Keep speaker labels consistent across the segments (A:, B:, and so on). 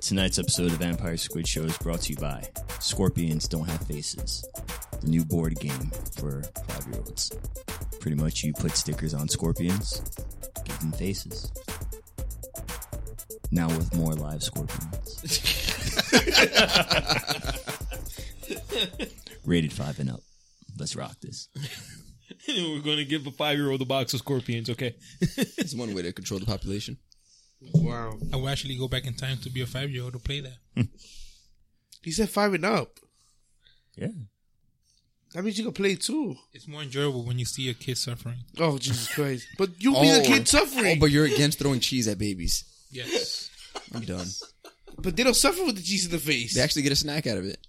A: Tonight's episode of Vampire Squid Show is brought to you by Scorpions Don't Have Faces, the new board game for five year olds. Pretty much, you put stickers on scorpions, give them faces. Now, with more live scorpions. Rated 5 and up. Let's rock this.
B: We're going to give a five year old a box of scorpions, okay?
C: It's one way to control the population.
D: Wow.
E: I will actually go back in time to be a five year old to play that.
D: He said five and up.
A: Yeah.
D: That means you can play two.
E: It's more enjoyable when you see a kid suffering.
D: Oh Jesus Christ! But you be the kid
C: Oh,
D: suffering.
C: but
D: but,
C: you're against throwing cheese at babies.
E: Yes.
C: I'm done.
D: they don't suffer with the cheese in the face,
C: They actually get a snack out of it.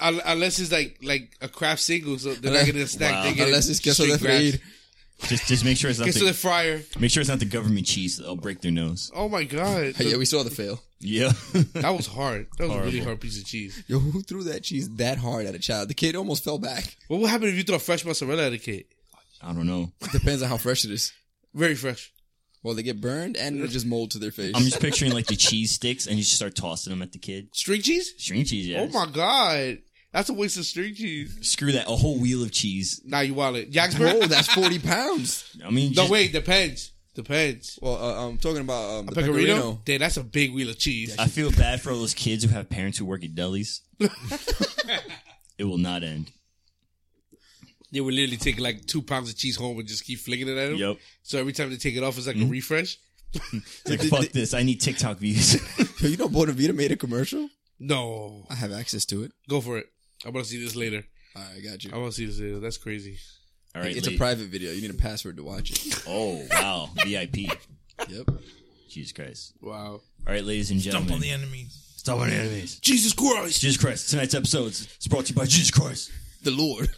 D: Un- unless it's like like a craft single, so they're not getting a snack.
A: Wow.
D: They get
C: Uh, Unless it's queso de
D: grabs.
C: freír.
A: Just, just make sure it's not
D: Queso de
A: the,
D: fryer.
A: make sure it's not the government cheese. They'll break their nose.
D: Oh my god,
C: Yeah, we saw the fail.
A: Yeah.
D: that was hard. That was a really hard piece of cheese.
C: Yo, who threw that cheese that hard at a child? The kid almost fell back.
D: What would happen if you throw fresh mozzarella at a kid?
A: I don't know.
C: Depends on how fresh it is.
D: Very fresh.
C: Well, they get burned and it'll just mold to their face.
A: I'm just picturing like the cheese sticks and you just start tossing them at the kid.
D: String cheese?
A: String cheese, yeah.
D: Oh my god, that's a waste of string cheese.
A: Screw that. A whole wheel of cheese.
D: Nah, you wallet. Yaksburg.
C: Whoa, that's 40 pounds.
A: I mean,
D: No,
A: just-
D: wait. Depends. Depends.
C: Well, uh, I'm talking about um,
D: A
C: the
D: pecorino?
C: pecorino.
D: Damn, that's a big wheel of cheese.
A: I feel bad for all those kids who have parents who work at delis. it will not end.
D: They would literally take like two pounds of cheese home and just keep flinging it at them.
A: Yep.
D: So every time they take it off, it's like
C: Mm-hmm.
D: a refresh.
A: It's like, fuck this. I need TikTok views.
C: Yo, you know Bonavita made a commercial?
D: No,
C: I have access to it.
D: go for it. I want to see this later.
C: All right, I got
D: I
C: you.
D: want to see this later. That's crazy.
A: All right.
C: it's a
A: late.
C: private video. You need a password to watch it.
A: Oh, wow. VIP.
C: Yep.
A: Jesus Christ.
D: Wow.
A: All right, ladies and
E: Dump on the
A: gentlemen.
E: enemies.
A: Stop on the enemies.
D: Jesus Christ.
A: Jesus Christ. Tonight's episode is brought to you by Jesus Christ.
C: The Lord.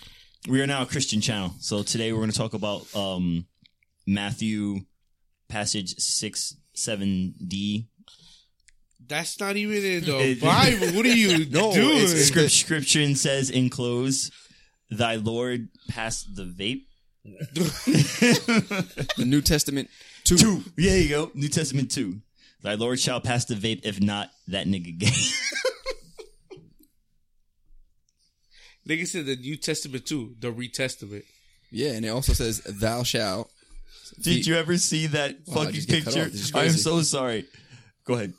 A: We are now a Christian channel. So today we're going to talk about um, Matthew passage 6, 7d.
D: That's not even in the
A: It-
D: Bible. What are you
C: No,
D: doing?
C: it's script-
A: Script, scripture says, in close, thy Lord passed the vape.
C: The New Testament 2.
A: Two. Yeah, there you go. New Testament two. Thy Lord shall pass the vape, if not, that nigga gay.
D: Nigga said the New Testament too, the Retestament.
C: Yeah, and it also says, Thou shalt.
A: Did you ever see that
C: Wow, Oh, I
A: fucking
C: just get cut
A: picture?
C: off. This is
A: I am
C: crazy.
A: so sorry. Go ahead.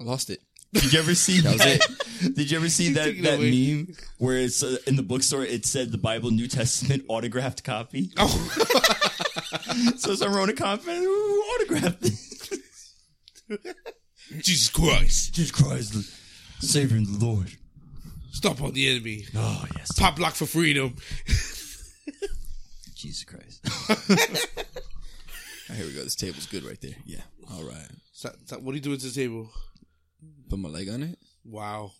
C: I lost it.
A: Did you ever see that?
C: was
A: Did you ever see that,
D: took it
A: that
D: away.
A: meme where it's uh, in the bookstore? It said the Bible, New Testament, autographed copy.
D: Oh,
A: so someone wrote a comment, "Ooh, autographed. this."
D: Jesus Christ.
A: Jesus Christ, the Savior and the Lord.
D: Stop on the enemy.
A: Oh yes,
D: Pop lock for freedom.
A: Jesus Christ.
C: All right, Oh, here we go. This table's good right there. Yeah. All right.
D: Stop, stop. What are you doing to the table?
C: Put my leg on it.
D: Wow.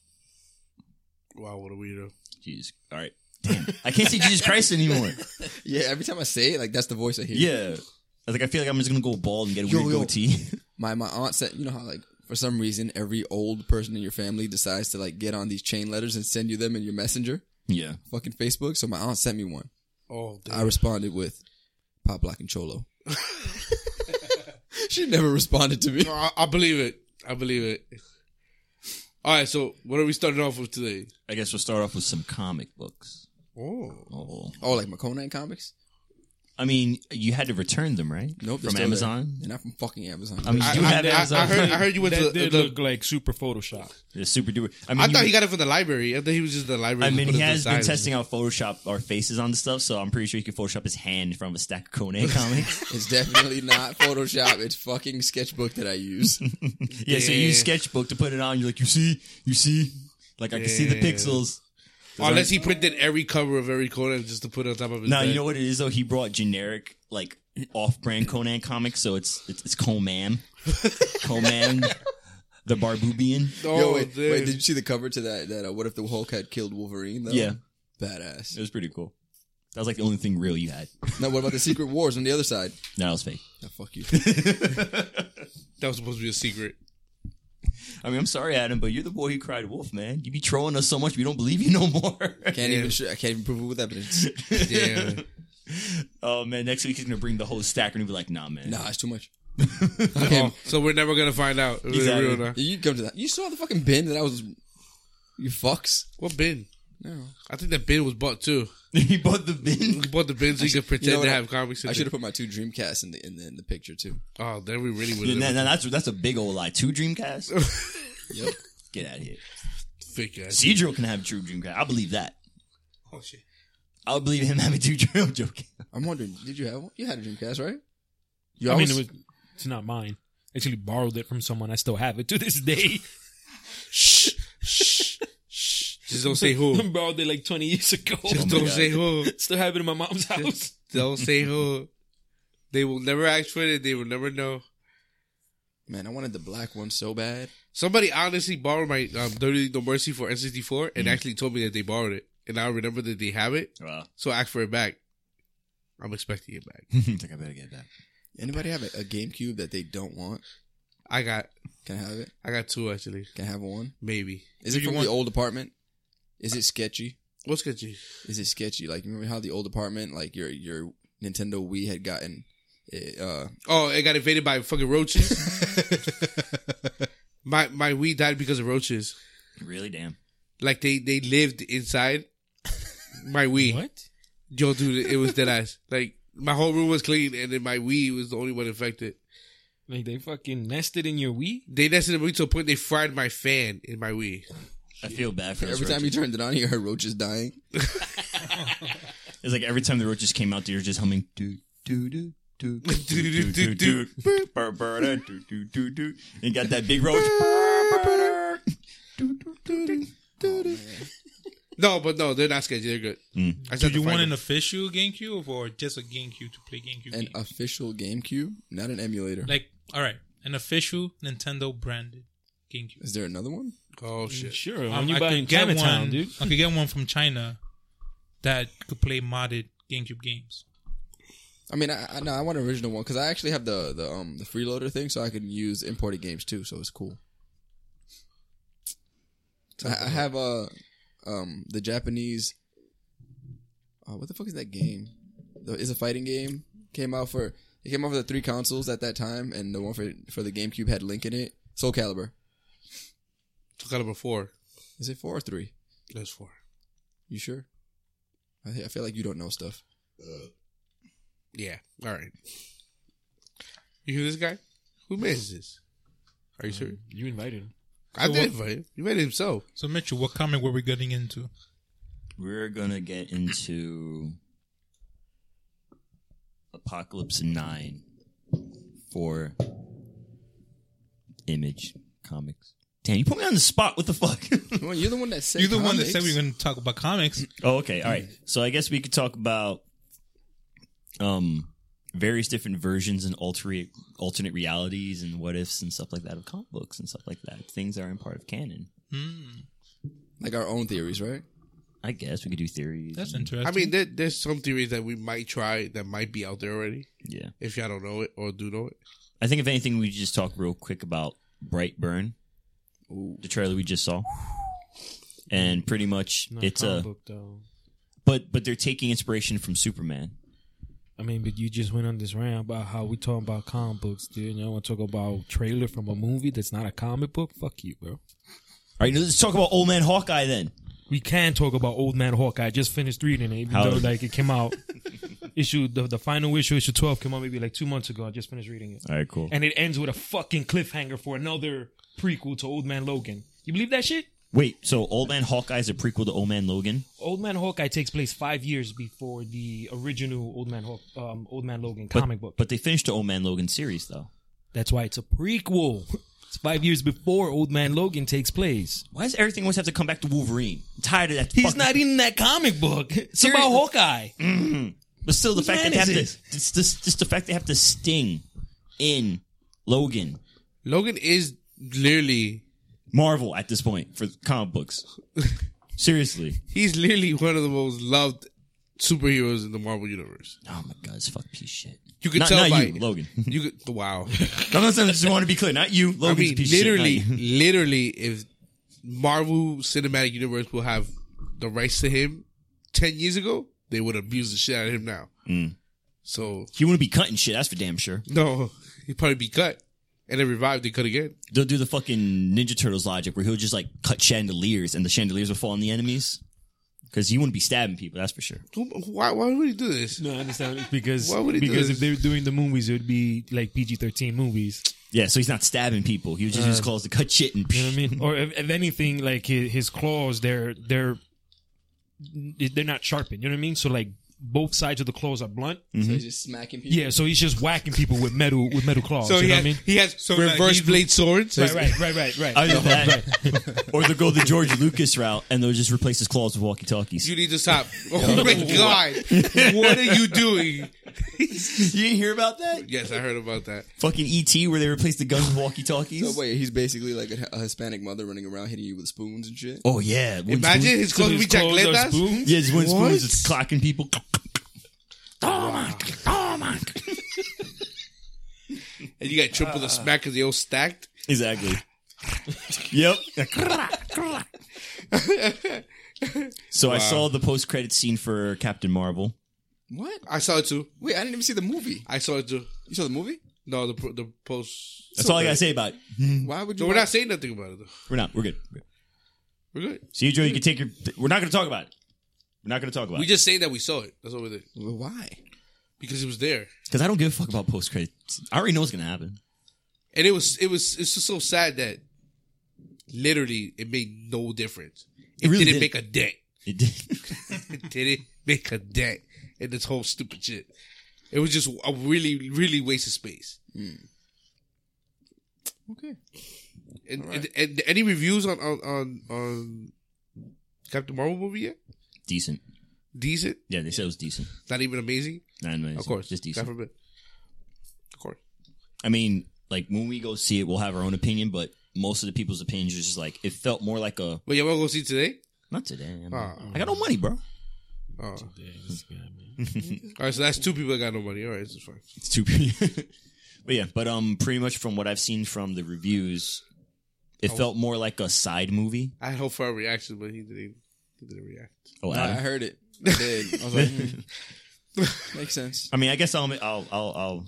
D: Wow, what a weirdo.
A: Jesus. All right. Damn, I can't say Jesus Christ anymore.
C: Yeah, every time I say it, like that's the voice I hear.
A: Yeah. I Like I feel like I'm just gonna go bald and get a
C: Yo,
A: weird
C: yo.
A: goatee.
C: My my aunt said, you know how like for some reason every old person in your family decides to like get on these chain letters and send you them in your messenger,
A: yeah.
C: fucking Facebook. So my aunt sent me one.
D: Oh, damn.
C: I responded with Pop Lock and Cholo. she never responded to me.
D: No, I, I believe it. I believe it. All right, so what are we starting off with today?
A: I guess we'll start off with some comic books.
D: Oh,
A: Oh.
C: Oh, like my Conan comics?
A: I mean, you had to return them, right?
C: Nope,
A: From
C: they're still there.
A: Amazon.
C: They're not from fucking Amazon.
A: I mean, you
D: I,
A: do
D: I-
A: have
D: I-
A: Amazon.
D: I heard, I heard you went to
B: That
D: the.
B: did
D: the-
B: look like super Photoshop.
A: The super duper. I mean,
D: I thought he got it from the library. I thought he was just the library.
A: I mean,
D: put
A: he
D: it to the
A: has been
D: side.
A: testing out Photoshop our faces on the stuff, so I'm pretty sure he could Photoshop his hand from a stack of Conan comics.
C: it's definitely not Photoshop. It's fucking sketchbook that I use.
A: yeah, so you use
D: Yeah.
A: Sketchbook to put it on. You're like, you see, you see, like I can see the
D: Yeah.
A: pixels.
D: Unless he printed every cover of every Conan just to put it on top of his.
A: No,
D: bed.
A: you know what it is though. He brought generic like off-brand Conan comics, so it's it's, it's Coman, Coman, the Barbubian.
D: Oh,
C: Yo, wait,
D: dude.
C: wait, did you see the cover to that? That uh, what if the Hulk had killed Wolverine? Though?
A: Yeah.
C: badass.
A: It was pretty cool. That was like the only thing real you had.
C: now, what about the Secret Wars on the other side?
A: That was fake.
C: Now, fuck you.
D: that was supposed to be a secret.
A: I mean, I'm sorry, Adam, but you're the boy who cried wolf, man. You be trolling us so much, we don't believe you no more.
C: Can't even. Sh- I can't even prove it with evidence.
D: Damn.
A: oh man, next week he's gonna bring the whole stack and he'll be like, nah, man.
C: Nah, it's too much.
D: Oh, so we're never gonna find out. if it's
A: Exactly.
D: real or not.
C: You- You come to that. You saw the fucking bin that I was. You fucks.
D: What bin?
C: No.
D: I think that bin was bought too.
A: he bought the bin.
D: We bought the bin so you could pretend
C: know what
D: to
C: I-
D: have comics. In
C: I
D: I
C: should have put my two Dreamcasts in the in the, in the picture too.
D: Oh, then we really would
A: Yeah,
D: have
A: nah, nah, that's that's a big old lie. Two Dreamcasts.
C: Yep.
A: Get out of here.
D: fake ass.
A: Cedro can have two Dreamcast. I believe that.
E: Oh shit.
A: I will believe him having two Dream. I'm joking.
C: I'm wondering, did you have one? You had a Dreamcast, right?
E: You
B: I mean, it was, it's not mine. I actually borrowed it from someone. I still have it to this day.
D: Just don't say
C: Oh
D: who.
B: borrowed it like 20 years ago. Oh
D: Just
A: my
D: don't
A: God.
D: say who.
B: still have it in my mom's house.
D: Don't say who. They will never ask for it. They will never know.
C: Man, I wanted the black one so bad. WWE
D: Somebody honestly borrowed my um, Dirty No Mercy for N64 and actually told me that they borrowed it. And I remember that they have it,
A: Well,
D: so I asked for it back. I'm expecting it back.
A: it's like I better get that.
C: Anybody have a, a GameCube that they don't want?
D: I got
C: Can I have it?
D: I got two actually.
C: Can I have one?
D: Maybe.
C: Is
E: Do
C: it
E: you
C: from
E: want-
C: the old apartment? Is it sketchy?
D: What's good, G?
C: Is it sketchy? Like remember how the old apartment, like your your Nintendo Wii had gotten. It, uh,
D: Oh, it got invaded by fucking roaches. my my weed died because of roaches.
A: Really, damn.
D: Like they they lived inside my weed.
B: What?
D: Yo, dude, it was dead ass. Like my whole room was clean, and then my weed was the only one infected.
B: Like they fucking nested in your Wii?
D: They nested in my weed to a point they fried my fan in my weed.
A: I feel bad for
C: every time you turned it on, you heard roaches dying.
A: It's like every time the roaches came out, they were just humming. Do do do do do do do do. Burr, burr, da, do, do, do, do. And you got that big roach. Burr, burr, da. Do, do, do, do.
D: No, but no, they're not sketchy. They're good. I just
E: Did
D: had to
E: you
D: find
E: want
D: them.
E: an official GameCube or just a GameCube to play GameCube?
C: An
E: games?
C: official GameCube, not an emulator.
E: like, all right, an official Nintendo branded GameCube.
C: Is there another one?
D: Oh shit!
B: Sure. When
E: Um,
B: you
E: I
B: buy
E: could
B: in
E: get
B: Chinatown,
E: one-
B: dude.
E: I could get one from China that could play modded GameCube games.
C: I mean, I, I no, I want an original one because I actually have the the um the freeloader thing, so I can use imported games too. So it's cool. I, I have uh um the Japanese. Uh, what the fuck is that game? The- It's a fighting game. Came out for it came out for the three consoles at that time, and the one for for the GameCube had Link in it. Soul Calibur.
D: Took out number four.
C: Is it four or three?
D: That's four.
C: You sure? I thi- I feel like you don't know stuff.
D: Yeah. All right. You hear this guy? Who made this? Are you serious?
E: Mm.
B: You invited him.
D: I did invite him. You made it himself.
E: So, Mitchell, what comic were we getting into?
A: We're gonna get into Apocalypse Nine for Image Comics. Damn, you put me on the spot. What the fuck?
C: Well, you're the one that said.
E: You're the one that
C: comics.
E: said we were going to talk about comics.
A: oh, okay. All right. So I guess we could talk about um various different versions and alternate alternate realities and what ifs and stuff like that of comic books and stuff like that. Things that aren't part of canon.
C: like our own theories, right?
A: I guess we could do theories.
E: That's
A: and-
E: interesting.
D: I mean, there, there's some theories that we might try that might be out there already.
A: yeah.
D: If y'all don't know it or do know it,
A: I think if anything, we just talk real quick about Brightburn, the trailer we just saw, and pretty much
B: Not
A: it's uh,
B: comic
A: a
B: book, though.
A: but but they're taking inspiration from Superman.
B: I mean, but you just went on this rant about how we talking about comic books, dude. You don't want to talk about trailer from a movie that's not a comic book? Fuck you, bro.
A: All right, let's talk about Old Man Hawkeye then.
B: We can talk about Old Man Hawkeye. I just finished reading it, even
A: How-
B: though like it came out issue the, the final issue, issue twelve, came out maybe like two months ago. I just finished reading it,
A: All right, cool.
B: and it ends with a fucking cliffhanger for another prequel to Old Man Logan. You believe that shit?
A: Wait, so Old Man Hawkeye is a prequel to Old Man Logan?
B: Old Man Hawkeye takes place five years before the original Old Man Hawk, um, Old Man Logan
A: But,
B: comic book.
A: but they finished the Old Man Logan series though.
B: That's why it's a prequel. It's five years before Old Man Logan takes place.
A: Why does everything always have to come back to Wolverine? I'm tired of that.
B: He's
A: fucking-
B: not in that comic book. It's about
A: Seriously.
B: Hawkeye.
A: But still, the fact that
B: man
A: they have
B: is
A: to
B: this?
A: it's just, just the fact they have to sting in Logan
D: Logan is literally
A: Marvel at this point for comic books. Seriously.
D: he's literally one of the most loved superheroes in the Marvel universe.
A: Oh my god, it's fuck piece of shit.
D: You could
A: not,
D: tell
A: not
D: by
A: you, Logan.
D: You could, wow.
A: No, no, no, I just want to be clear. Not you,
D: I
A: Logan's a
D: mean,
A: piece of shit, not
D: literally,
A: you.
D: literally, if Marvel Cinematic Universe will have
B: Mm.
D: the rights to him ten years ago, they would abuse the shit out of him now. So
A: He wouldn't be cutting shit. That's for damn sure.
D: no, he'd probably be cut, and then revived. They cut again.
A: They'll do the fucking Ninja Turtles logic where he'll just like cut chandeliers and the chandeliers will fall on the enemies. Because he wouldn't be stabbing people. That's for sure.
D: Who- Why? Why would he do this?
B: No, I understand It's because
D: Why would he do
B: because
D: this?
B: if they were doing the movies, it would be like PG thirteen movies.
A: Yeah, so he's not stabbing people. He just uses claws to cut shit and.
B: You know what I mean? Or if, if anything, like his, his claws, they're they're they're not sharpened. You know what I mean? So like both sides of the claws are blunt.
D: Mm.
E: Mm-hmm.
C: So he's just smacking people.
B: Yeah, so he's just whacking people with metal with metal claws.
D: So
B: you
D: he
B: know
D: has,
B: what I mean?
D: he has
E: So, like,
D: reverse
E: he's-
D: blade swords.
B: Right, right, right, right, right.
A: Either that, or they'll go the George Lucas route and they'll just replace his claws with walkie talkies.
D: You need to stop. Oh my god, what are you doing?
A: You didn't hear about that?
D: Yes, I heard about that.
A: Fucking ET, where they replaced the guns with walkie talkies.
C: So wait, he's basically like a, a Hispanic mother running around hitting you with spoons and shit.
A: Oh yeah, wooden
D: Imagine
A: spoons.
D: his clothes
B: his
D: be
B: claws are
D: chacletas.
B: spoons?
A: Yeah, just wooden
D: What?
A: spoons, just clocking people. Oh my! Oh my!
D: And you got triple
C: Uh.
D: the smack because they all stacked.
A: Exactly. yep. so I saw the post credit scene for Captain Marvel.
C: What?
D: I saw it too.
C: Wait, I didn't even see the movie.
D: I saw it too.
C: You saw the movie?
D: No, the pro- the post.
A: That's all I gotta say about it.
C: Why would you?
D: So we're
C: watch-
D: not saying nothing about it. though.
A: We're not. We're good. We're good.
D: We're good.
A: See, Joe, you can take your. We're not gonna talk about it. We're not gonna talk about
D: We
A: it
D: just say that we saw it. That's what we did
C: Well, why?
D: because it was there,
A: because I don't give a fuck about post credit. I already know what's gonna happen.
D: and it was it was it's just so sad that literally it made no difference. It,
A: really didn't.
D: didn't make a dent.
A: It did.
D: It didn't make a dent in this whole stupid shit. It was just a really really waste of space.
C: Okay.
D: And, and, and any reviews on on on, on Captain Marvel movie yet?
A: decent.
D: Decent,
A: Yeah, they said it was decent.
D: not even amazing.
A: Not amazing.
D: Of course,
A: just
D: God
A: decent.
D: forbid. Of course.
A: I mean, like when we go see it, we'll have our own opinion, but most of the people's opinions are just like it felt more like a
D: But y'all wanna go see it today?
A: not today. I, mean,
D: Oh.
A: I got no money, bro.
D: Oh.
B: Yeah, this guy, man.
D: All right, so that's two people that got no money. All right, this is fine.
A: It's too. but yeah, but um, pretty much from what I've seen from the reviews, it felt more like a side movie.
D: I had hope for a reaction, but he didn't. He didn't react.
A: Oh,
C: Nah, I
A: Adam.
C: heard it. I did. I was like, hmm. makes sense.
A: I mean, I guess I'll I'll I'll I'll,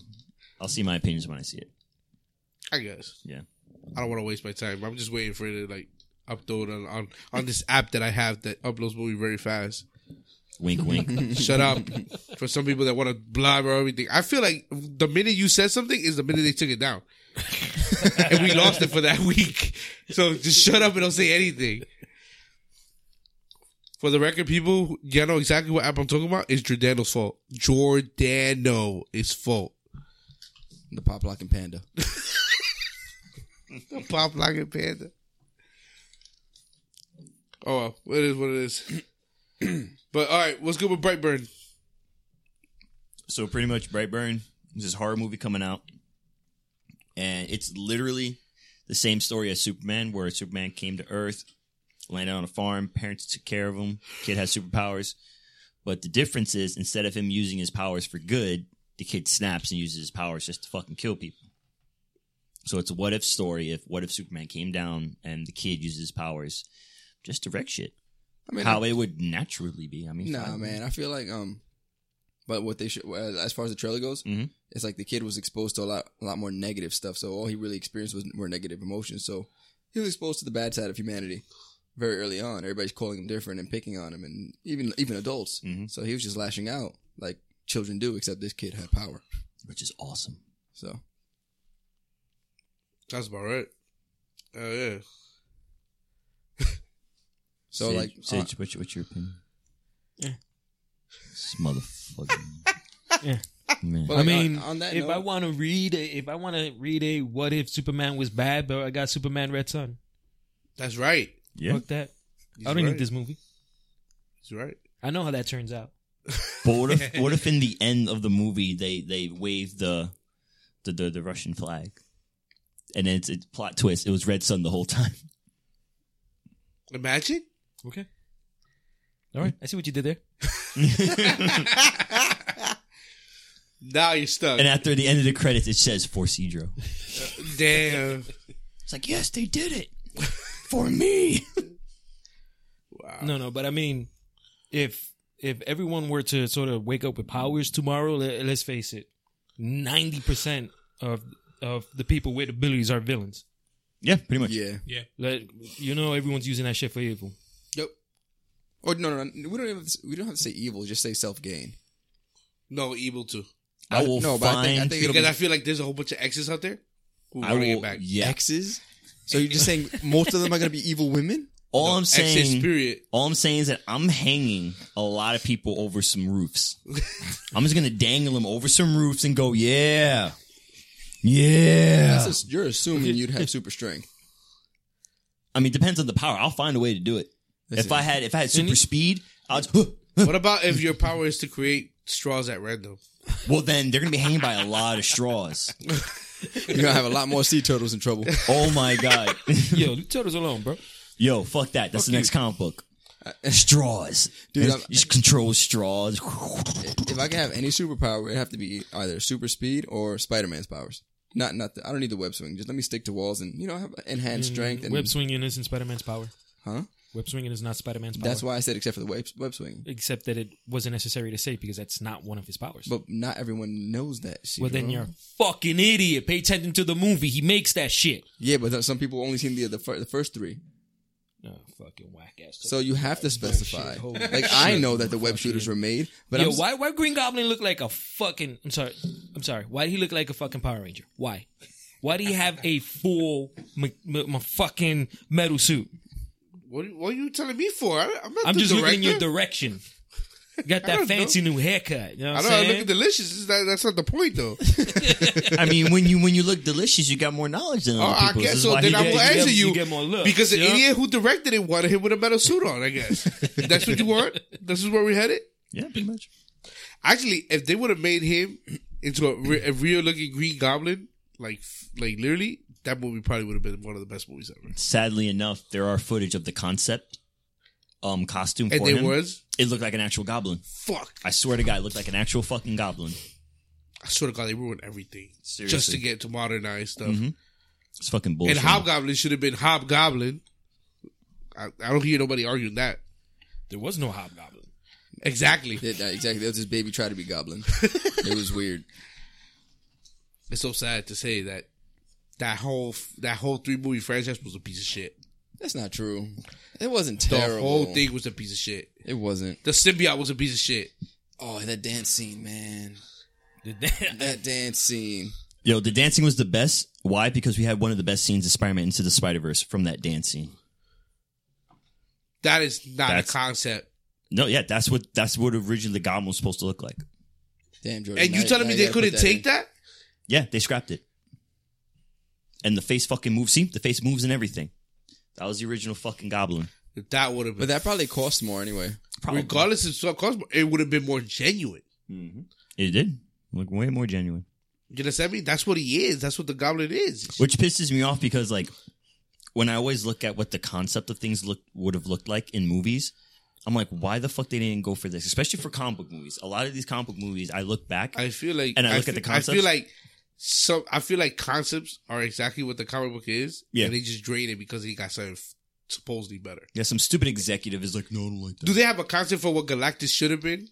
A: I'll see my opinions when I see it.
D: I guess.
A: Yeah.
D: I don't want to waste my time. I'm just waiting for it to like upload on, on on this app that I have that uploads movie very fast.
A: Wink, wink.
D: Shut up. For some people that want to blabber everything, I feel like the minute you said something is the minute they took it down, and we lost it for that week. So just shut up and don't say anything. For the record, people, y'all know exactly what app I'm talking about. It's Jordano's fault. Jordano is fault.
C: The pop lock and panda.
D: Pop Lock and Panda. Oh, well, it is what it is. but all right, what's good with Brightburn?
A: so pretty much, Brightburn is this horror movie coming out, and it's literally the same story as Superman, where Superman came to Earth, landed on a farm, parents took care of him, kid has superpowers. But the difference is instead of him using his powers for good, the kid snaps and uses his powers just to fucking kill people. So it's a what if story if what if Superman came down and the kid uses his powers just to wreck shit.
C: I mean,
A: How it would naturally be. I mean,
C: Nah,
A: fine.
C: man. I feel like um, but what they should, as far as the trailer goes,
A: Mhm.
C: it's like the kid was exposed to a lot, a lot more negative stuff. So all he really experienced was were negative emotions. So he was exposed to the bad side of humanity very early on. Everybody's calling him different and picking on him, and even even adults.
A: Mhm.
C: So he was just lashing out like children do, except this kid had power.
A: Which is awesome.
C: So
D: That's about right. Oh yeah,
C: so
A: Sage-
C: like uh,
A: Sage, what's, what's your opinion? This motherfucking
B: Yeah.
A: man.
C: Well,
B: I
C: like,
B: mean,
C: uh, on- on that
B: if
C: note-
B: I want to read, a, if I want to read a what if Superman was bad, but I got Superman Red Sun.
D: that's right.
A: yeah.
B: Fuck that.
D: He's
B: I don't
D: right.
B: need this movie.
D: He's right.
B: I know how that turns out.
A: But what if what if in the end of the movie they they wave the the the, the Russian flag, and then it's a plot twist. It was Red Sun the whole time.
D: Imagine.
B: Okay. All right. I see what you did there.
D: Now you're stuck.
A: And after the end of the credits, it says for Cedro.
D: Damn.
A: It's like yes, they did it for me.
D: Wow.
C: Uh,
B: No, no, but I mean, if if everyone were to sort of wake up with powers tomorrow, let, let's face it, ninety percent of of the people with abilities are villains.
A: Yeah, pretty much.
C: Yeah.
E: Yeah.
B: Like you know, everyone's using that shit for evil.
C: Yep. Or Oh, no, no, no. We don't even. We don't have to say evil. Just say self gain.
D: No, evil too.
A: I will
C: No, but I think- I
A: find
C: think it'll
D: Because
C: be-
D: I feel like there's a whole bunch of exes out there who
A: I
D: want to
A: will.
D: get back.
A: Yeah.
C: Exes. So you're just saying most of them are gonna be evil women?
A: All I'm
D: Exes,
A: saying,
D: period.
A: all I'm saying is that I'm hanging a lot of people over some roofs. I'm just gonna dangle them over some roofs and go, yeah, yeah.
C: That's just- you're assuming you'd have super strength.
A: I mean, depends on the power. I'll find a way to do it.
C: That's
A: if
C: it.
A: I had, if I had super
B: you-
A: speed, I'll just,
D: What about if your power is to create straws at random?
A: well, then they're gonna be hanging by a lot of straws.
C: You're gonna have a lot more sea turtles in troutle.
A: Oh my god,
B: Yo, leave turtles alone, bro.
A: yo, fuck that. That's the next comic book. Straws,
C: Dude,
A: dude.
C: I'm-
A: just control straws.
C: if I could have any superpower, it'd have to be either super speed or Spider Man's powers. Not, not. The, I don't need the web swing. Just let me stick to walls and you know have enhanced strength and
B: Mm, Web swinging isn't Spider Man's power.
C: Huh?
B: Web swinging is not Spider Man's power.
C: That's why I said except for the web web swing.
B: Except that it wasn't necessary to say because that's not one of his powers.
C: But not everyone knows that. shit,
B: well, then
C: bro.
B: you're a fucking idiot. Pay attention to the movie. He makes that shit.
C: yeah. But th- some people only seen the the, fir- the first three,
B: Oh, fucking whack ass.
C: so you have to specify.
B: holy
C: like I know that the web shooters were made, but
B: Yo,
C: I'm,
B: why why Green Goblin look like a fucking? I'm sorry, I'm sorry. Why did he look like a fucking Power Ranger? Why? Why do you have a full m- m- m- fucking metal suit?
D: What, what are you telling me for? I, am not
B: I'm
D: the
B: just
D: director.
B: looking in your direction. You got that
D: don't know.
B: fancy new haircut. You know
D: I
B: what
D: know
B: I'm
D: I
B: saying?
D: look delicious. It's not- that's not the point, though.
A: I mean, when you when you look delicious, you got more knowledge than
D: Oh,
A: other
D: I
A: people. This
D: guess
A: is
D: so.
A: why
D: Then
A: he
D: I
A: did-
D: will
B: you get-
D: answer
B: you
D: you,
B: get more looks,
D: because the
B: yeah?
D: idiot who directed it wanted him with a metal suit on. I guess If that's what you want. This is where we headed.
A: Yeah, pretty much.
D: Actually, if they would have made him into a, re- a real looking Green Goblin, like f- like literally, that movie probably would have been one of the best movies ever.
A: Sadly enough, there are footage of the concept um costume
D: And
A: for
D: there
A: him.
D: was
A: It looked like an actual goblin.
D: fuck.
A: I swear to God, it looked like an actual fucking goblin.
D: I swear to God, they ruined everything
A: Seriously.
D: just to get to modernize stuff.
A: Mhm. It's fucking bullshit.
D: And Hobgoblin should have been Hobgoblin. I, I don't hear nobody arguing that.
B: there was no Hobgoblin.
D: Exactly.
C: Yeah, that- exactly. That was his baby try to be goblin. it was weird.
D: It's so sad to say that that whole that whole three movie franchise was a piece of shit.
C: That's not true. It wasn't
D: The
C: terrible.
D: whole thing was a piece of shit.
C: It wasn't.
D: The symbiote was a piece of shit.
C: Oh, that dance scene, man.
B: Did that-
C: That dance scene.
A: Yo, the dancing was the best. Why? Because we had one of the best scenes of Spider-Man into the Spider-Verse from that dance scene.
D: That is not
A: That's-
D: a concept.
A: No, yeah, that's what that's what originally the goblin was supposed to look like.
C: Damn, Jordan.
D: And you
C: now-
D: telling
C: now
D: me
C: you gotta
D: they
C: put
D: couldn't
C: in.
D: take that?
A: Yeah, they scrapped it. And the face fucking moves. See, the face moves and everything. That was the original fucking goblin.
D: That, would have been.
C: But that probably cost more anyway.
A: Probably.
D: regardless of so cost, it would have been more genuine.
A: It did. Look way more genuine.
D: You understand me? That's what he is. That's what the goblin is.
A: Which pisses me off because like when I always look at what the concept of things look would have looked like in movies, I'm like, why the fuck they didn't go for this? Especially for comic book movies. A lot of these comic book movies, I look back.
D: I feel like,
A: And I look at
D: feel,
A: the concepts.
D: I feel like some. I feel like concepts are exactly what the comic book is.
A: Yeah.
D: and they just drain it because he got something f- supposedly better.
A: yeah, some stupid executive is like, no, I don't like that.
D: Do they have a concept for what Galactus should have been?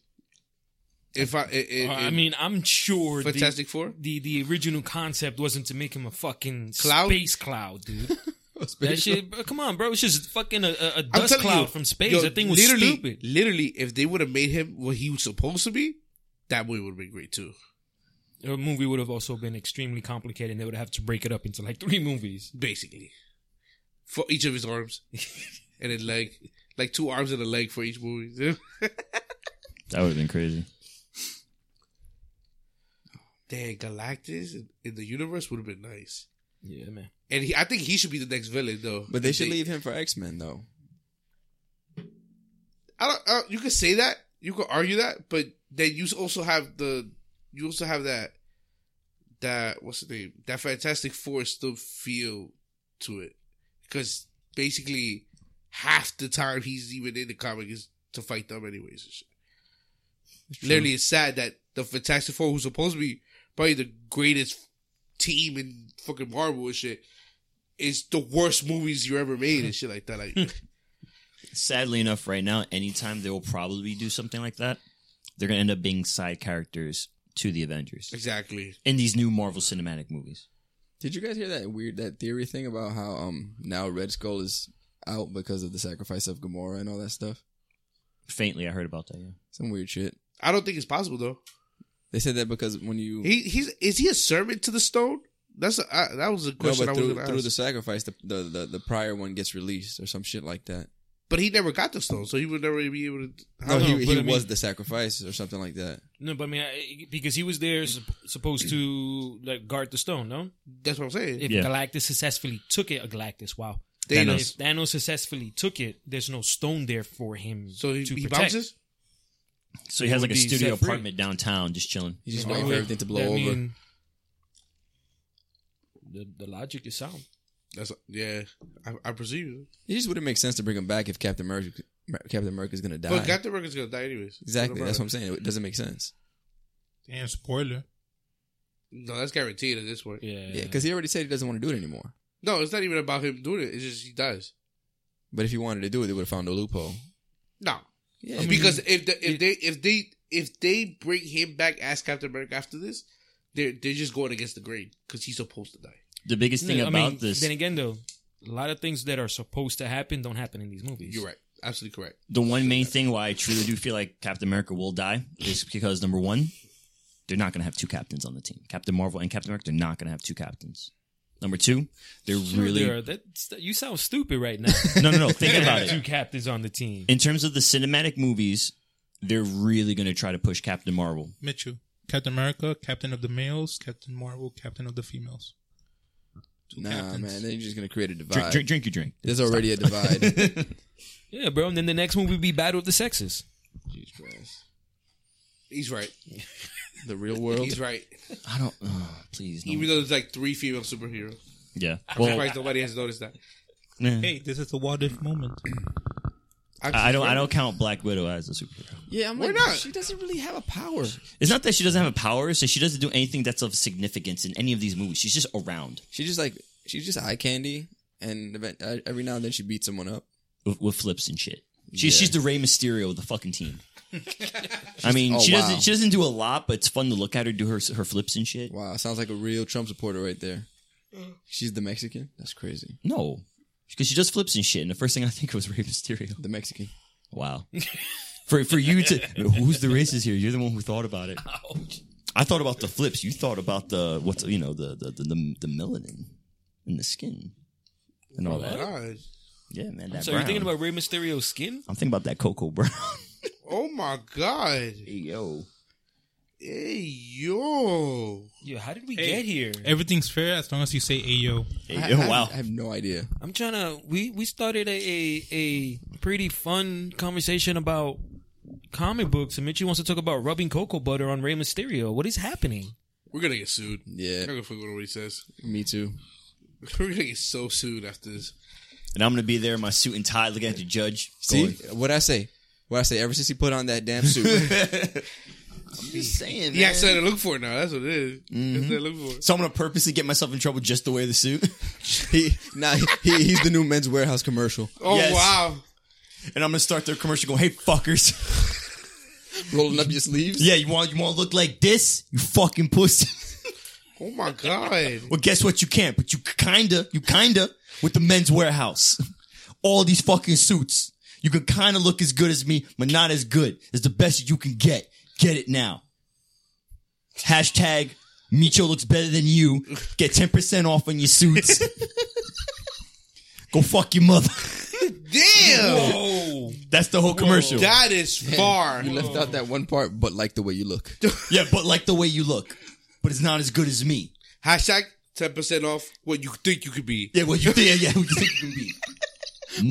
D: If I, in,
B: Uh, I mean, I'm sure the-
D: Fantastic Four.
B: the the original concept wasn't to make him a fucking
D: Cloud?
B: space cloud, dude. that shit, bro, come on, bro. It's just fucking a, a- a
D: I'm
B: dust
D: telling
B: cloud
D: you,
B: from space.
D: yo,
B: that thing was
D: literally,
B: stupid.
D: Literally, if they would have made him what he was supposed to be, that movie would have been great too.
B: The movie would have also been extremely complicated. and They would have to break it up into like three movies.
D: Basically, for each of his arms and a leg, like two arms and a leg for each movie.
A: That would have been crazy.
D: Damn, Galactus in- in the universe would have been nice.
B: Yeah, man.
D: And he, I think he should be the next villain though.
C: But they should leave him for X Men though.
D: I don't, I don't- you could say that. You could argue that, but then you also have the you also have that that what's the name that Fantastic Four still feel to it because basically half the time he's even in the comic is to fight them anyways. and shit. Literally, it's sad that the Fantastic Four, who's supposed to be probably the greatest team in fucking Marvel and shit, is the worst movies you ever made and shit like that. Like
A: sadly enough, right now, anytime they will probably do something like that, they're gonna end up being side characters to the Avengers
D: Exactly.
A: in these new Marvel cinematic movies.
C: Did you guys hear that weird that theory thing about how um now Red Skull is out because of the sacrifice of Gamora and all that stuff?
A: Faintly, I heard about that. Yeah.
C: Some weird shit.
D: I don't think it's possible though.
C: They said that because when you
D: He he's is he a servant to the stone? That's a, I, that was a
C: no,
D: question
C: but
D: I was
C: through,
D: going to
C: through
D: ask.
C: the sacrifice, the, the the the prior one gets released or some shit like that.
D: but he never got the stone, so he would never be able to.
C: No,
D: How,
B: don't
C: he,
B: know,
C: he
B: but I
C: was
B: mean-
C: the sacrifice or something like that.
B: No, but I mean, I, because he was there sup- supposed to like guard the stone, no?
D: that's what I'm saying.
B: If
A: Yeah.
B: Galactus successfully took it, uh, Galactus, wow.
D: They
A: Thanos.
D: know.
B: If Thanos successfully took it, there's no stone there for him
D: So he,
B: to
D: he
B: protect.
D: bounces.
A: So he has like a
B: Would be
A: studio
B: set free.
A: apartment downtown, just chilling.
C: He's just
B: You know,
C: waiting for
B: it-
C: everything to blow
B: I
C: over.
B: mean, the, the logic is sound.
D: That's yeah. I, I perceive it.
C: It just wouldn't make sense to bring him back if Captain America Captain America's gonna die.
D: But Captain America's gonna die anyways.
C: exactly. That's what
D: what
C: I'm saying. It doesn't make sense.
E: Damn, spoiler.
D: no, that's guaranteed at this point.
B: Yeah.
C: Yeah, because he already said he doesn't want to do it anymore.
D: No, it's not even about him doing it. It's just he dies.
C: But if he wanted to do it, they would have found a loophole.
D: No,
C: Yeah,
D: because if the, if they if they if they bring him back as Captain America after this, they're they're just going against the grain because he's supposed to die.
A: The biggest thing
B: I
A: about
B: mean,
A: this,
B: Then again, though, a lot of things that are supposed to happen don't happen in these movies.
D: You're right. Absolutely correct.
A: the one main thing why I truly do feel like Captain America will die is because number one, they're not going to have two captains on the team. Captain Marvel and Captain America, they're not going to have two captains. Number two, they're
B: Sure,
A: really
B: there are- that's- you sound stupid right now.
A: no, no, no. Think about
B: Two
A: it.
B: captains on the team.
A: In terms of the cinematic movies, they're really going to try to push Captain Marvel.
E: Mitchell. Captain America, Captain of the males, Captain Marvel, Captain of the females.
C: nah,
E: captains.
C: man, then you're just gonna create a divide.
A: Drink, drink, drink your drink.
C: There's already a divide.
B: Yeah, bro. And then the next one would be Battle of the Sexes.
C: Jesus Christ.
D: He's right.
C: The real world.
D: He's right.
A: I don't. Oh, please, no.
D: Even though there's like three female superheroes.
A: yeah.
D: I'm
A: Well,
D: surprised nobody has noticed that.
A: eh,
E: Hey, this is the what if moment.
A: I I don't. I don't count Black Widow as a superhero.
C: Yeah, I'm
D: Why
C: like,
D: not?
C: she doesn't really have a power.
A: It's not that she doesn't have a power; it's that she doesn't do anything that's of significance in any of these movies. She's just around
C: She just like she's just eye candy, and event- uh, every now and then she beats someone up.
A: with, with flips and shit. She's
C: Yeah.
A: she's the Rey Mysterio of the fucking team. I mean,
C: oh,
A: she
C: wow.
A: doesn't she doesn't do a lot, but it's fun to look at her do her her flips and shit.
C: Wow, sounds like a real Trump supporter right there. She's the Mexican. That's crazy.
A: No, because she does flips and shit. And the first thing I think was Rey Mysterio.
C: The Mexican.
A: Wow. for for you to who's the racist here? You're the one who thought about it. I thought about the flips. You thought about the what's you know the the the, the, the melanin in the skin and all Oh, that.
D: God.
A: Yeah, man. That
B: So
A: brown.
B: you're thinking about Rey Mysterio's skin?
A: I'm thinking about that cocoa brown.
D: Oh my god.
A: Yo,
D: Hey yo.
B: Yeah, how did we
E: Hey.
B: get here?
E: Everything's fair as long as you say Ayo.
C: I-
A: hey, yo,
C: I,
A: wow.
C: I have no idea.
B: I'm trying to. We we started a, a a pretty fun conversation about comic books, and Mitchie wants to talk about rubbing cocoa butter on Rey Mysterio. What is happening?
D: We're gonna get sued. I
C: Yeah,
D: don't give a fuck what nobody says.
C: me too.
D: We're gonna get so sued after this.
A: and I'm gonna be there in my suit and tie, looking at the judge.
C: See
A: going,
C: what I say? What I say? Ever since he put on that damn suit,
A: I'm just saying.
D: Yeah, that's what I look for now. That's what it is. That's what I look for.
A: So I'm gonna purposely get myself in trouble just to wear the suit,
C: he now he, he's the new Men's Warehouse commercial.
D: Oh
A: Yes.
D: wow.
A: and I'm gonna start their commercial going, "Hey fuckers,
C: Rolling up your sleeves.
A: yeah, you want you want to look like this, you fucking pussy."
D: Oh my god.
A: Well, guess what? You can't, but you kinda, you kinda with the men's warehouse. All these fucking suits. You can kinda look as good as me, but not as good. It's the best you can get. Get it now. Hashtag Micho looks better than you. Get 10% off on your suits. Go fuck your mother.
D: Damn.
B: Oh,
A: That's the whole commercial.
D: That is far.
C: You left out that one part, but like the way you look.
A: Yeah, but like the way you look. But it's not as good as me.
D: Hashtag ten percent off what you think you could be.
A: Yeah, what you think? Yeah, who you think you can be?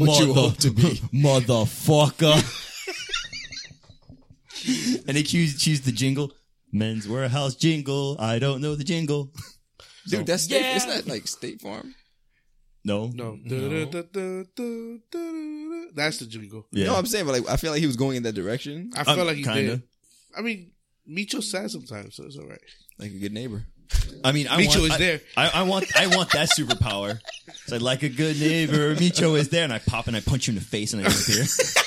C: What you hope to be.
A: motherfucker. and they choose choose the jingle, men's warehouse jingle. I don't know the jingle.
C: Dude, that's state,
B: Yeah.
C: isn't that like State Farm?
A: No,
D: No. Da-da-da-da-da-da-da. That's the jingle.
A: yeah,
C: You know what I'm saying? But like, I feel like he was going in that direction,
D: I felt like he
A: kinda.
D: did. I mean, Micho's sad sometimes, so it's all right.
C: like a good neighbor.
A: I mean, I
D: Micho
A: want,
D: is
A: I-
D: there.
A: I, I want, I want that superpower. It's like, like a good neighbor, Micho is there, and I pop and I punch you in the face, and I disappear.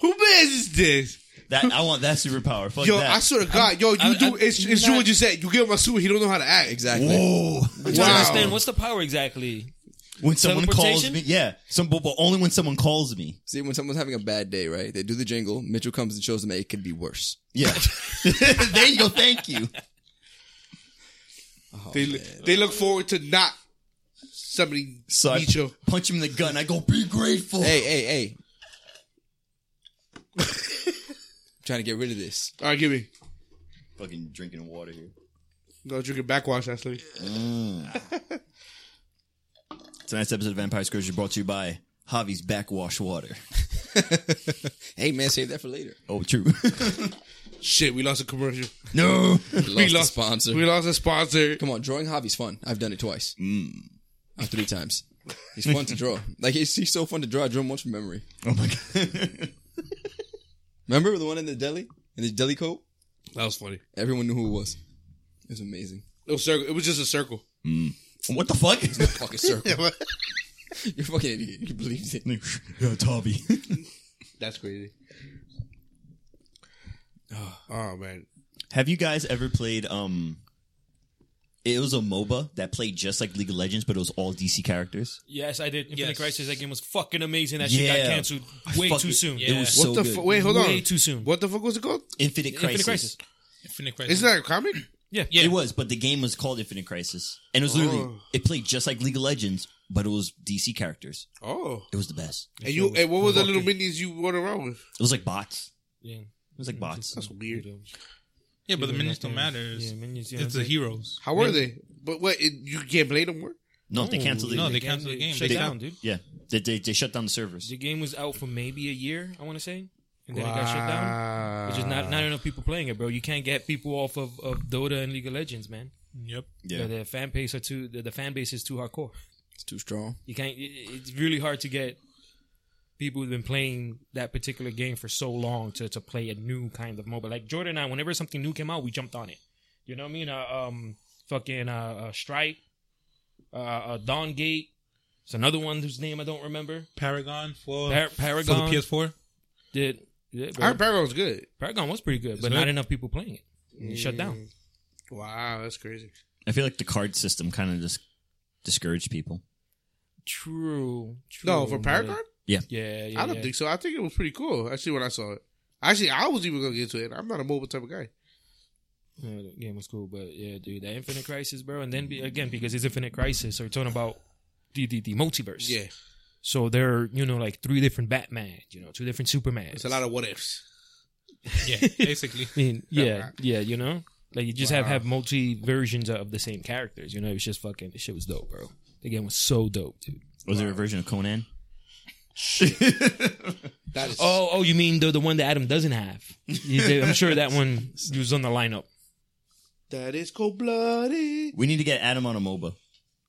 D: Who man is this?
A: that I want that superpower. Fuck
D: Yo,
A: that.
D: I swear to God, yo, you
B: I'm-
D: do.
B: I'm
D: it's it's you
B: not-
D: what you said. You give him a suit, he don't know how to act.
C: Exactly.
A: Whoa!
B: I don't
D: Wow.
B: understand what's the power exactly.
A: When someone calls
B: Teleportation?
A: me, yeah, some but but only when someone calls me.
C: See, when someone's having a bad day, right? They do the jingle. Mitchell comes and shows them that it could be worse.
A: Yeah, there you go. Thank you.
D: they they look forward to not somebody
A: So I
D: Micho.
A: punch him in the gun. I go, be grateful.
C: Hey, hey, hey. trying to get rid of this.
D: All right, give me.
A: Fucking drinking water here.
D: Go drink a backwash, actually.
A: Tonight's episode of Vampire Scourge is brought to you by Javi's backwash water.
C: Hey, man, save that for later.
A: Oh, true.
D: Shit, we lost a commercial.
A: no.
C: We lost, the sponsor.
D: We lost a sponsor.
C: Come on, drawing hobby's fun. I've done it twice. Or three times. He's fun to draw. Like, he's, he's so fun to draw. I drew him once from memory.
A: Oh my god.
C: Remember the one in the deli? In his deli coat?
D: That was funny.
C: Everyone knew who it was. It was amazing.
D: It was circle. It was just a circle.
A: what the fuck?
C: Fucking circle. You're a fucking idiot. You believed it.
A: yeah, Toby.
D: That's crazy. Oh man,
A: Have you guys ever played um it was a MOBA that played just like League of Legends, but it was all DC characters.
B: Yes, I did. Infinite
E: Yes.
B: Crisis. That game was fucking amazing. That shit
A: Yeah.
B: got canceled
A: I
B: way
A: fuck
B: too
A: it.
B: soon.
A: It was
E: Yeah.
A: so
D: what the
A: good.
D: fu- wait? Hold on.
B: way too soon.
D: What the fuck was it called?
A: Infinite Crisis.
B: Infinite Crisis.
E: Infinite Crisis.
D: Isn't that a comic?
B: Yeah.
E: Yeah.
A: It was, but the game was called Infinite Crisis, and it was literally
D: Oh.
A: it played just like League of Legends, but it was DC characters.
D: Oh,
A: It was the best.
D: and you and what were the little minis you run around with?
A: It was like bots.
B: Yeah.
A: It was like bots.
D: That's weird.
E: yeah, but the
B: Yeah,
E: minions
B: yeah.
E: don't matter. It's,
B: Yeah, minions, yeah,
E: it's the
B: they-
E: heroes.
D: How were they? But what it, you can't play them? Were
A: No, they canceled it.
E: No, they canceled the game.
B: Shut
E: They-
B: down, dude.
A: yeah, they, they they shut down the servers.
B: The game was out for maybe a year, I want to say, and then it got shut down. Which is not not enough people playing it, bro. You can't get people off of, of Dota and League of Legends, man.
E: Yep.
B: Yeah. The, fan base are too the, the fan base is too hardcore.
C: It's too strong.
B: You can't. It, it's really hard to get people who've been playing that particular game for so long to, to play a new kind of mobile. Like Jordan and I, whenever something new came out, we jumped on it. You know what I mean? Uh, um, fucking uh, uh Strike, uh, uh Dawn Gate. It's another one whose name I don't remember.
E: Paragon Oh, for
B: Par- Paragon.
E: for the PS4.
B: Did, did
D: I heard Paragon was good.
B: Paragon was pretty good, but
E: good.
B: not enough people playing it. It shut down.
D: Mm. Wow, that's crazy.
A: I feel like the card system kind of just discouraged people.
B: True. true
D: No, for Paragon,
B: Yeah, yeah.
D: I don't
B: yeah.
D: think so. I think it was pretty cool actually when I saw it. Actually, I was even gonna get into it. I'm not a mobile type of guy.
B: Yeah, the game was cool, but yeah, dude, that Infinite Crisis, bro, and then be, again because it's Infinite Crisis, so we're talking about the the, the multiverse.
D: Yeah,
B: So there are you know like three different Batman, you know, two different Supermans.
D: it's a lot of what ifs.
E: Yeah, basically.
B: I mean, yeah, yeah, you know, like you just have have multi versions of the same characters. You know, it was just fucking. The shit was dope, bro. The game was so dope, dude.
A: Was there a version of Conan?
D: That is
B: Oh, oh, you mean the the one that Adam doesn't have? You did- I'm sure that one was on the lineup.
D: that is cold blooded.
A: We need to get Adam on a MOBA.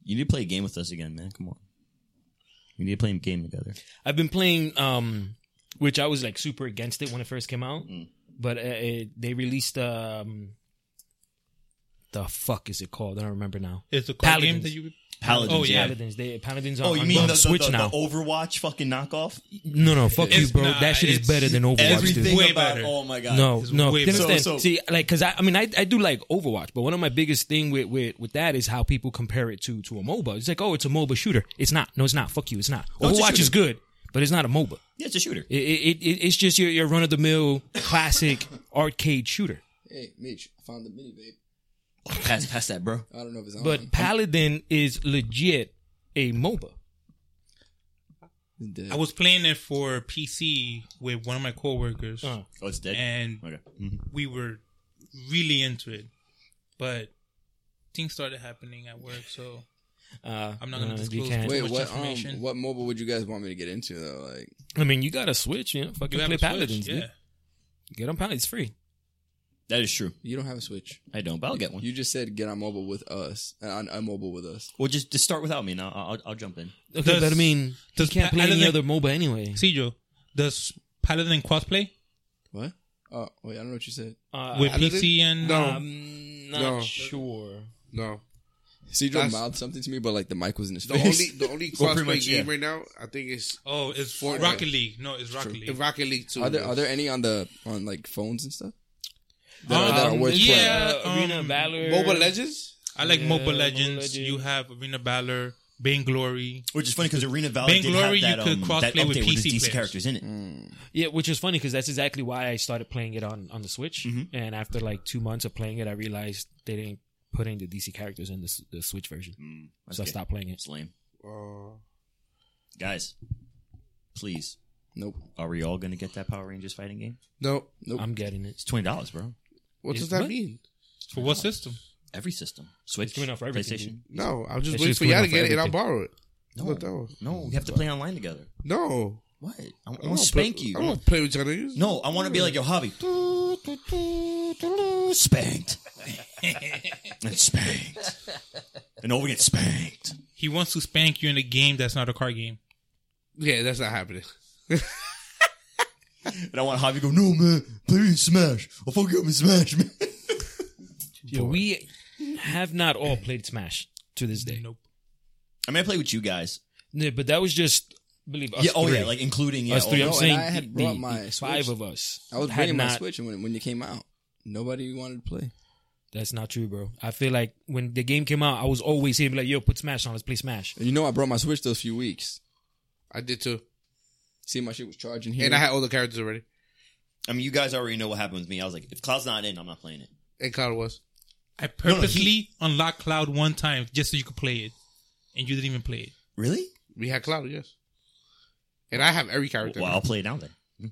A: You need to play a game with us again, man. Come on. We need to play a game together.
B: I've been playing, um, which I was like super against it when it first came out,
A: Mm.
B: but uh, it, they released um, the fuck is it called? I don't remember now.
E: It's the card game
B: Paladins.
E: that you.
A: Paladins.
E: Oh, yeah.
B: Paladins. They Paladins.
A: Oh,
B: on,
A: you
B: on-
A: mean
B: on
A: the, the-
B: Switch
A: the-
B: now?
A: the Overwatch fucking knockoff?
B: no, no, fuck you,
E: It's-
B: bro.
E: nah,
B: that shit is
E: it's-
B: better than Overwatch.
A: Everything
B: Dude.
E: Way
A: about,
E: better.
A: Oh my god.
B: No,
E: It's
B: no,
E: way
B: you
E: better.
B: understand.
A: So- so-
B: See, like, cause I, I mean, I, I do like Overwatch, but one of my biggest thing with, with with that is how people compare it to to a MOBA. It's like, oh, it's a MOBA shooter. It's not. No, it's not. Fuck you. It's not.
A: it's a
B: Overwatch is good, but it's not a MOBA.
A: Yeah, it's a shooter.
B: It, it, it, it's just your, your run of the mill classic arcade shooter.
C: Hey, Mitch, I found the mini, babe.
A: pass, pass that, bro.
C: I don't know if it's on.
E: Um,
B: But Paladin is legit a MOBA.
C: Dead.
E: I was playing it for PC with one of my coworkers,
B: Oh.
A: Oh, it's dead.
E: and
A: okay. Mhm.
E: we were really into it, but things started happening at work, so
B: Uh,
E: I'm not gonna
B: uh, you
E: disclose
B: can't.
E: too
C: Wait,
E: much
C: what? Um,
E: information.
C: what mobile would you guys want me to get into though? Like,
B: I mean, you got to switch. You know, fucking
E: you have
B: play
E: a
B: Paladins.
E: Switch, yeah.
B: dude. Get on Paladins. It's free.
A: That is true.
C: you don't have a Switch.
A: I don't, but I'll get one.
C: You just said get on mobile with us, and on, on mobile with us.
A: well, just, just start without me, and I'll, I'll, I'll jump in.
B: Okay,
E: Does-
B: but I mean, you
E: does
B: can't play any
E: Paladin-
B: other MOBA anyway.
E: Sijo, does Paladin crossplay
C: What? Oh, wait, I don't know what you said.
B: Uh,
E: with
D: Paladin?
E: PC and
D: No.
B: um, Not
D: No.
B: sure.
D: No,
C: Cedro
D: That's-
C: mouthed something to me, but like the mic was in his
D: the
C: face.
D: only the only
B: Well, pretty
D: crossplay
B: much,
D: game
B: yeah.
D: right now, I think is
E: Oh, it's
D: Fortnite.
E: Rocket League. No, it's Rocket
D: in
E: League.
D: Rocket League Two.
C: Are there are there any on the on like phones and stuff?
E: Um,
C: Uh, that are worth
E: yeah, um,
B: Uh, Arena Valor.
D: Mobile Legends?
E: I like
B: Yeah,
E: MOBA
B: Mobile
E: Legends.
B: Legends.
E: You have Arena Valor, Bane Glory.
A: Which is funny because Arena Valor
E: Bang
A: did
E: Glory,
A: have that,
E: you could
A: um, that
E: cross-play
A: update
E: with
A: with,
E: PC
A: the decent
E: players.
A: characters in it.
B: Yeah, which is funny because that's exactly why I started playing it on on the Switch. And after like two months of playing it, I realized they didn't put any of the DC characters in the, S- the Switch version,
A: Mm,
B: so I
A: okay.
B: stopped playing it.
A: It's lame,
D: Uh,
A: guys. Please,
C: Nope.
A: are we all gonna get that Power Rangers fighting game?
D: no.
C: Nope.
B: I'm getting it.
A: It's twenty dollars, bro.
D: What
B: Um, Is-
D: does that
B: what?
D: mean?
E: For what system?
A: Every system, Switch,
B: It's coming out for everything,
A: PlayStation.
D: No, I'll just
B: It's
D: wait
B: just
D: for y'all to
B: coming out
D: get
B: for
D: it and I'll
B: everything.
D: borrow it.
A: No,
D: What the hell?
A: no, we have to play online together.
D: No.
A: What? I,
D: I
A: want to
D: don't
A: spank
D: play,
A: you.
D: I don't play with y'all niggas.
A: No, I want to be like your hobby. Spanked. and spanked. And over get spanked.
E: He wants to spank you in a game that's not a card game.
D: Yeah, that's not happening.
A: And I want hobby to go, no, man, play in Smash. I'll fuck you up in Smash, man.
B: Yeah, we have not all played Smash to this day.
E: Nope.
A: I mean, I play with you guys.
B: Yeah, but that was just believe us
A: yeah, oh,
B: three.
A: yeah, like including yeah, oh,
B: us
A: all
B: three.
A: of
B: I'm
C: no,
A: us.
C: and
B: saying
C: I had
B: the-
C: brought
B: the
C: my
B: five
C: Switch.
B: of us.
C: I was
B: had
C: bringing my
B: not-
C: Switch when when it came out. Nobody wanted to play.
B: That's not true, bro. I feel like when the game came out, I was always here, be like, "Yo, put Smash on. Let's play Smash."
C: And you know, I brought my Switch those few weeks.
D: I did too.
C: See, my shit was charging here.
D: And I had all the characters already.
A: I mean, you guys already know what happened with me. I was like, if Cloud's not in, I'm not playing it.
D: And Cloud was.
E: I
A: no, he-
E: purposely unlocked Cloud one time just so you could play it, and you didn't even play it.
A: Really?
D: We had Cloud, yes. And I have every character.
A: Well, I'll play it now then.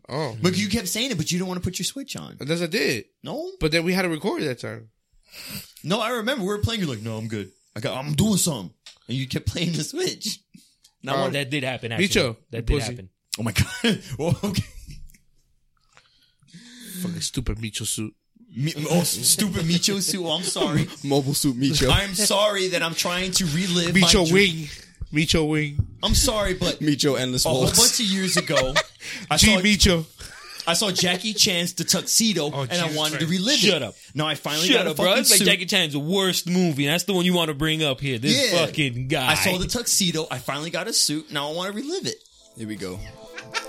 D: Oh.
A: But you kept saying it, but you didn't want to put your Switch on.
D: That's I did.
A: No?
D: But then we had to record that time.
A: No, I remember we were playing. You're like, no, I'm good. I got, I'm doing something. And you kept playing the Switch. Now,
D: Oh.
A: I
B: Oh,
A: want
B: that did happen. Actually,
D: too, you
B: That did
D: pussy.
B: happen.
A: oh my God. well, okay.
D: Fucking stupid Micho suit.
A: Me, oh, stupid Micho suit. Oh, I'm sorry.
C: mobile suit Micho.
A: I'm sorry that I'm trying to relive my
D: Micho
A: dream.
D: wing. Micho wing.
A: I'm sorry, but a
C: Micho endless
A: whole
C: holes.
A: bunch of years ago, I
D: G
A: saw,
D: Micho.
A: I saw Jackie Chan's The Tuxedo, and I
E: Jesus
A: wanted to
E: Christ.
A: relive it.
B: Shut up.
A: Now I finally
B: Shut
A: got a
B: up,
A: fucking
B: bro. It's like
A: suit.
B: Jackie Chan's worst movie. That's the one you want to bring up here. This
A: Yeah.
B: fucking guy.
A: I saw the tuxedo. I finally got a suit. Now I want to relive it.
C: Here we go.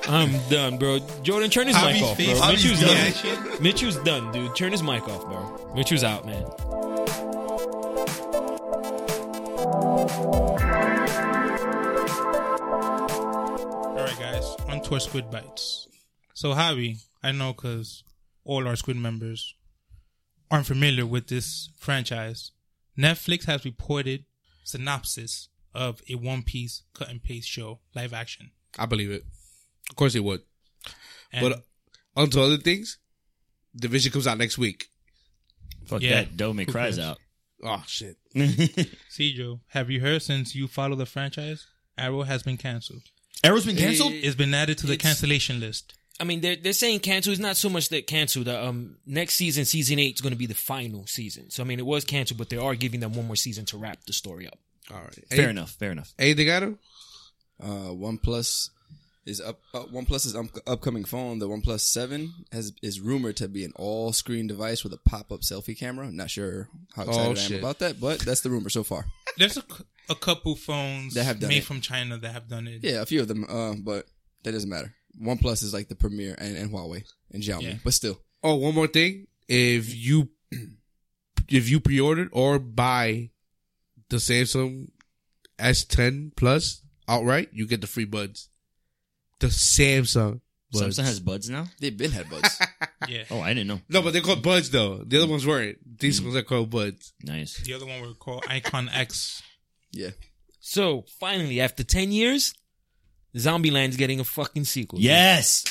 B: I'm done, bro. Jordan, turn his mic off, bro.
A: Hobby's
B: Mitchell's
A: done.
B: done. Mitchell's done, dude. Turn his mic off, bro. Mitchell's out, man.
E: All right, guys, on to our Squid Bites. So, Javi, I know because all our Squid members aren't familiar with this franchise. Netflix has reported synopsis of a One Piece cut and paste show, live action.
D: I believe it. Of course he would.
E: And
D: but onto other things, Division comes out next week.
A: Fuck
E: Yeah.
A: that. Dome cries out.
D: Oh, shit.
A: Mm-hmm.
E: Cedro, have you heard since you follow the franchise? Arrow has been canceled.
A: Arrow's been canceled.
E: It's been added to the cancellation list.
B: I mean, they're they're saying cancel. It's not so much that cancel. The um next season, season eight, is going to be the final season. So I mean, it was canceled, but they are giving them one more season to wrap the story up.
D: All right.
A: Fair enough. Fair enough.
D: Anything at him?
C: Uh, OnePlus is up. Uh, OnePlus's um, upcoming phone, the OnePlus Seven, has is rumored to be an all-screen device with a pop-up selfie camera. Not sure how
D: Oh,
C: excited I am
D: shit.
C: about that, but that's the rumor so far.
E: There's a, cou- a couple phones
C: That have done
E: made
C: it.
E: from China that have done it.
C: Yeah, a few of them, uh, but that doesn't matter. OnePlus is like the premier, and, and Huawei and Xiaomi,
E: Yeah.
C: but still,
D: Oh, one more thing. If you if you pre-ordered or buy the Samsung S10 Plus outright, you get the free buds. The Samsung buds.
A: Samsung has buds now.
C: they've been had buds.
E: yeah.
A: Oh, I didn't know.
D: no, but they're called buds though. The other ones weren't. These ones are called buds.
A: Nice.
E: The other one we call Icon X.
C: yeah,
B: So finally, after ten years, Zombieland's getting a fucking sequel.
A: Yes.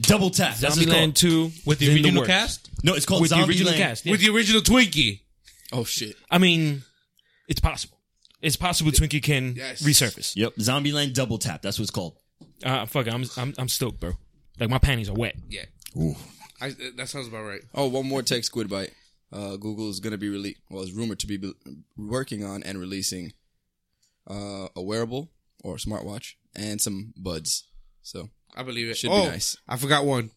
A: Double tap. That's what it's
B: Zombieland
A: called.
B: Two
E: With the
B: is in
E: original
B: works.
E: cast?
A: No, it's called
B: With the
A: Zombieland.
B: original cast, yeah.
D: With the original Twinkie.
C: Oh shit!
B: I mean, it's possible. It's possible Twinkie can
D: Yes.
B: resurface.
A: Yep. Zombieland double tap. That's what it's called.
B: Uh, fuck it, I'm, I'm I'm stoked, bro. Like my panties are wet.
D: Yeah.
A: Ooh.
D: I, that sounds about right.
C: Oh, one more tech squid bite. Uh, Google is gonna be rele- well, is rumored to be, be working on and releasing uh, a wearable or smartwatch and some buds. So
D: I believe it.
C: Should be
D: oh,
C: nice.
D: I forgot one.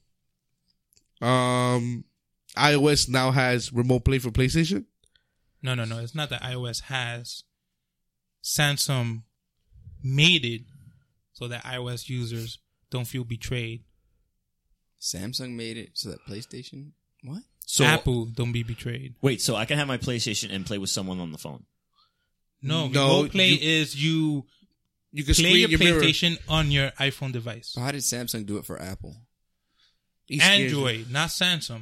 D: Um iOS now has remote play for PlayStation.
E: No, no, no. It's not that iOS has. Samsung made it so that iOS users don't feel betrayed.
C: Samsung made it so that PlayStation. What?
A: So
E: Apple don't be betrayed.
A: wait, so I can have my PlayStation and play with someone on the phone.
E: No,
D: No,
E: no play
D: you-
E: is you
D: You can
E: play
D: screen
E: your
D: your mirror.
E: PlayStation on your iPhone device.
C: But how did Samsung do it for Apple?
D: He scares you.
E: Android, not Samsung.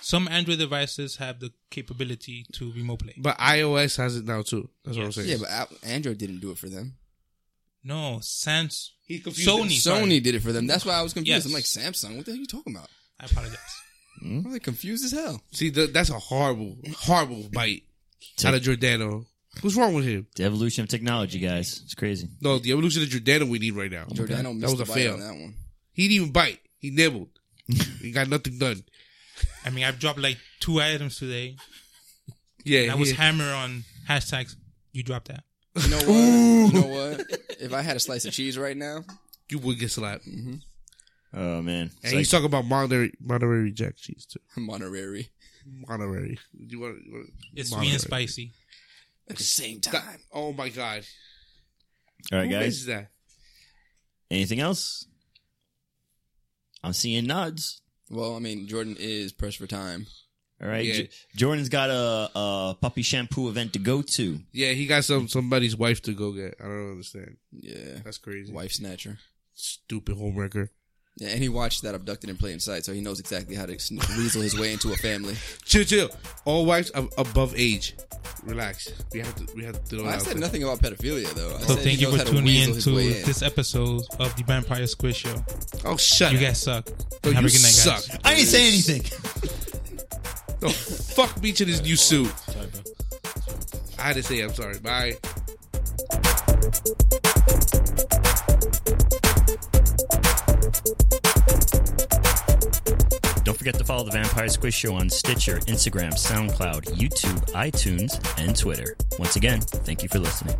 E: Some Android devices have the capability to remote play.
D: But iOS has it now too. That's what I'm saying.
C: Yeah, but Apple, Android didn't do it for them.
E: No, Sans.
D: He confused
E: Sony.
D: it.
C: Sony
E: sorry.
C: did it for them. That's why I was confused.
E: Yes.
C: I'm like Samsung. What the hell are you talking about?
E: I apologize.
C: I'm like confused as hell.
D: See, th- that's a horrible, horrible bite out of Giordano. What's wrong with him?
A: The evolution of technology, guys. It's crazy.
D: No, the evolution of Giordano we need right now.
C: Jordano missed
D: was
C: the
D: a
C: bite
D: fail.
C: on that one.
D: He didn't even bite. He nibbled. he got nothing done.
E: I mean, I've dropped like two items today.
D: Yeah,
E: And I was
D: he-
E: hammer on hashtags. You dropped that.
C: You know what? you know what? If I had a slice of cheese right now,
D: you would get slapped.
A: Oh man. It's
D: And
A: like-
D: he's talking about monetary, monetary jack cheese too.
C: Monterey
D: Monetary. You want? You want
E: It's
D: Monterey.
E: sweet and spicy.
C: at the same time.
D: Oh my god!
A: all right,
D: Who
A: guys.
D: is that?
A: Anything else? I'm seeing nods.
C: Well, I mean, Jordan is pressed for time.
A: All right.
D: Yeah.
A: J- Jordan's got a, a puppy shampoo event to go to.
D: Yeah, he got some somebody's wife to go get. I don't understand.
C: Yeah,
D: That's crazy.
C: wife snatcher.
D: Stupid homewrecker.
C: Yeah, and he watched that abducted and play inside, so he knows exactly how to sn- weasel his way into a family.
D: Chill, chill. All wives ab- above age. Relax. We have to. We have to. Throw
C: I
D: out
C: said
D: there.
C: nothing about pedophilia though. I
E: So
C: said
E: thank
C: he
E: you
C: knows
E: for
C: how to
E: tuning
C: weasel
E: in
C: his
E: to
C: way in.
E: this episode of the Vampire Squid Show.
D: Oh, shut
E: You
D: up.
E: guys suck.
D: Yo,
E: Have
D: you
E: a good night, guys.
D: suck.
A: I didn't say anything.
D: No, fuck me to this new suit.
B: Sorry, bro.
D: I had to say I'm sorry. Bye.
A: Don't forget to follow the Vampire Squish Show on Stitcher, Instagram, SoundCloud, YouTube, iTunes, and Twitter. Once again, thank you for listening.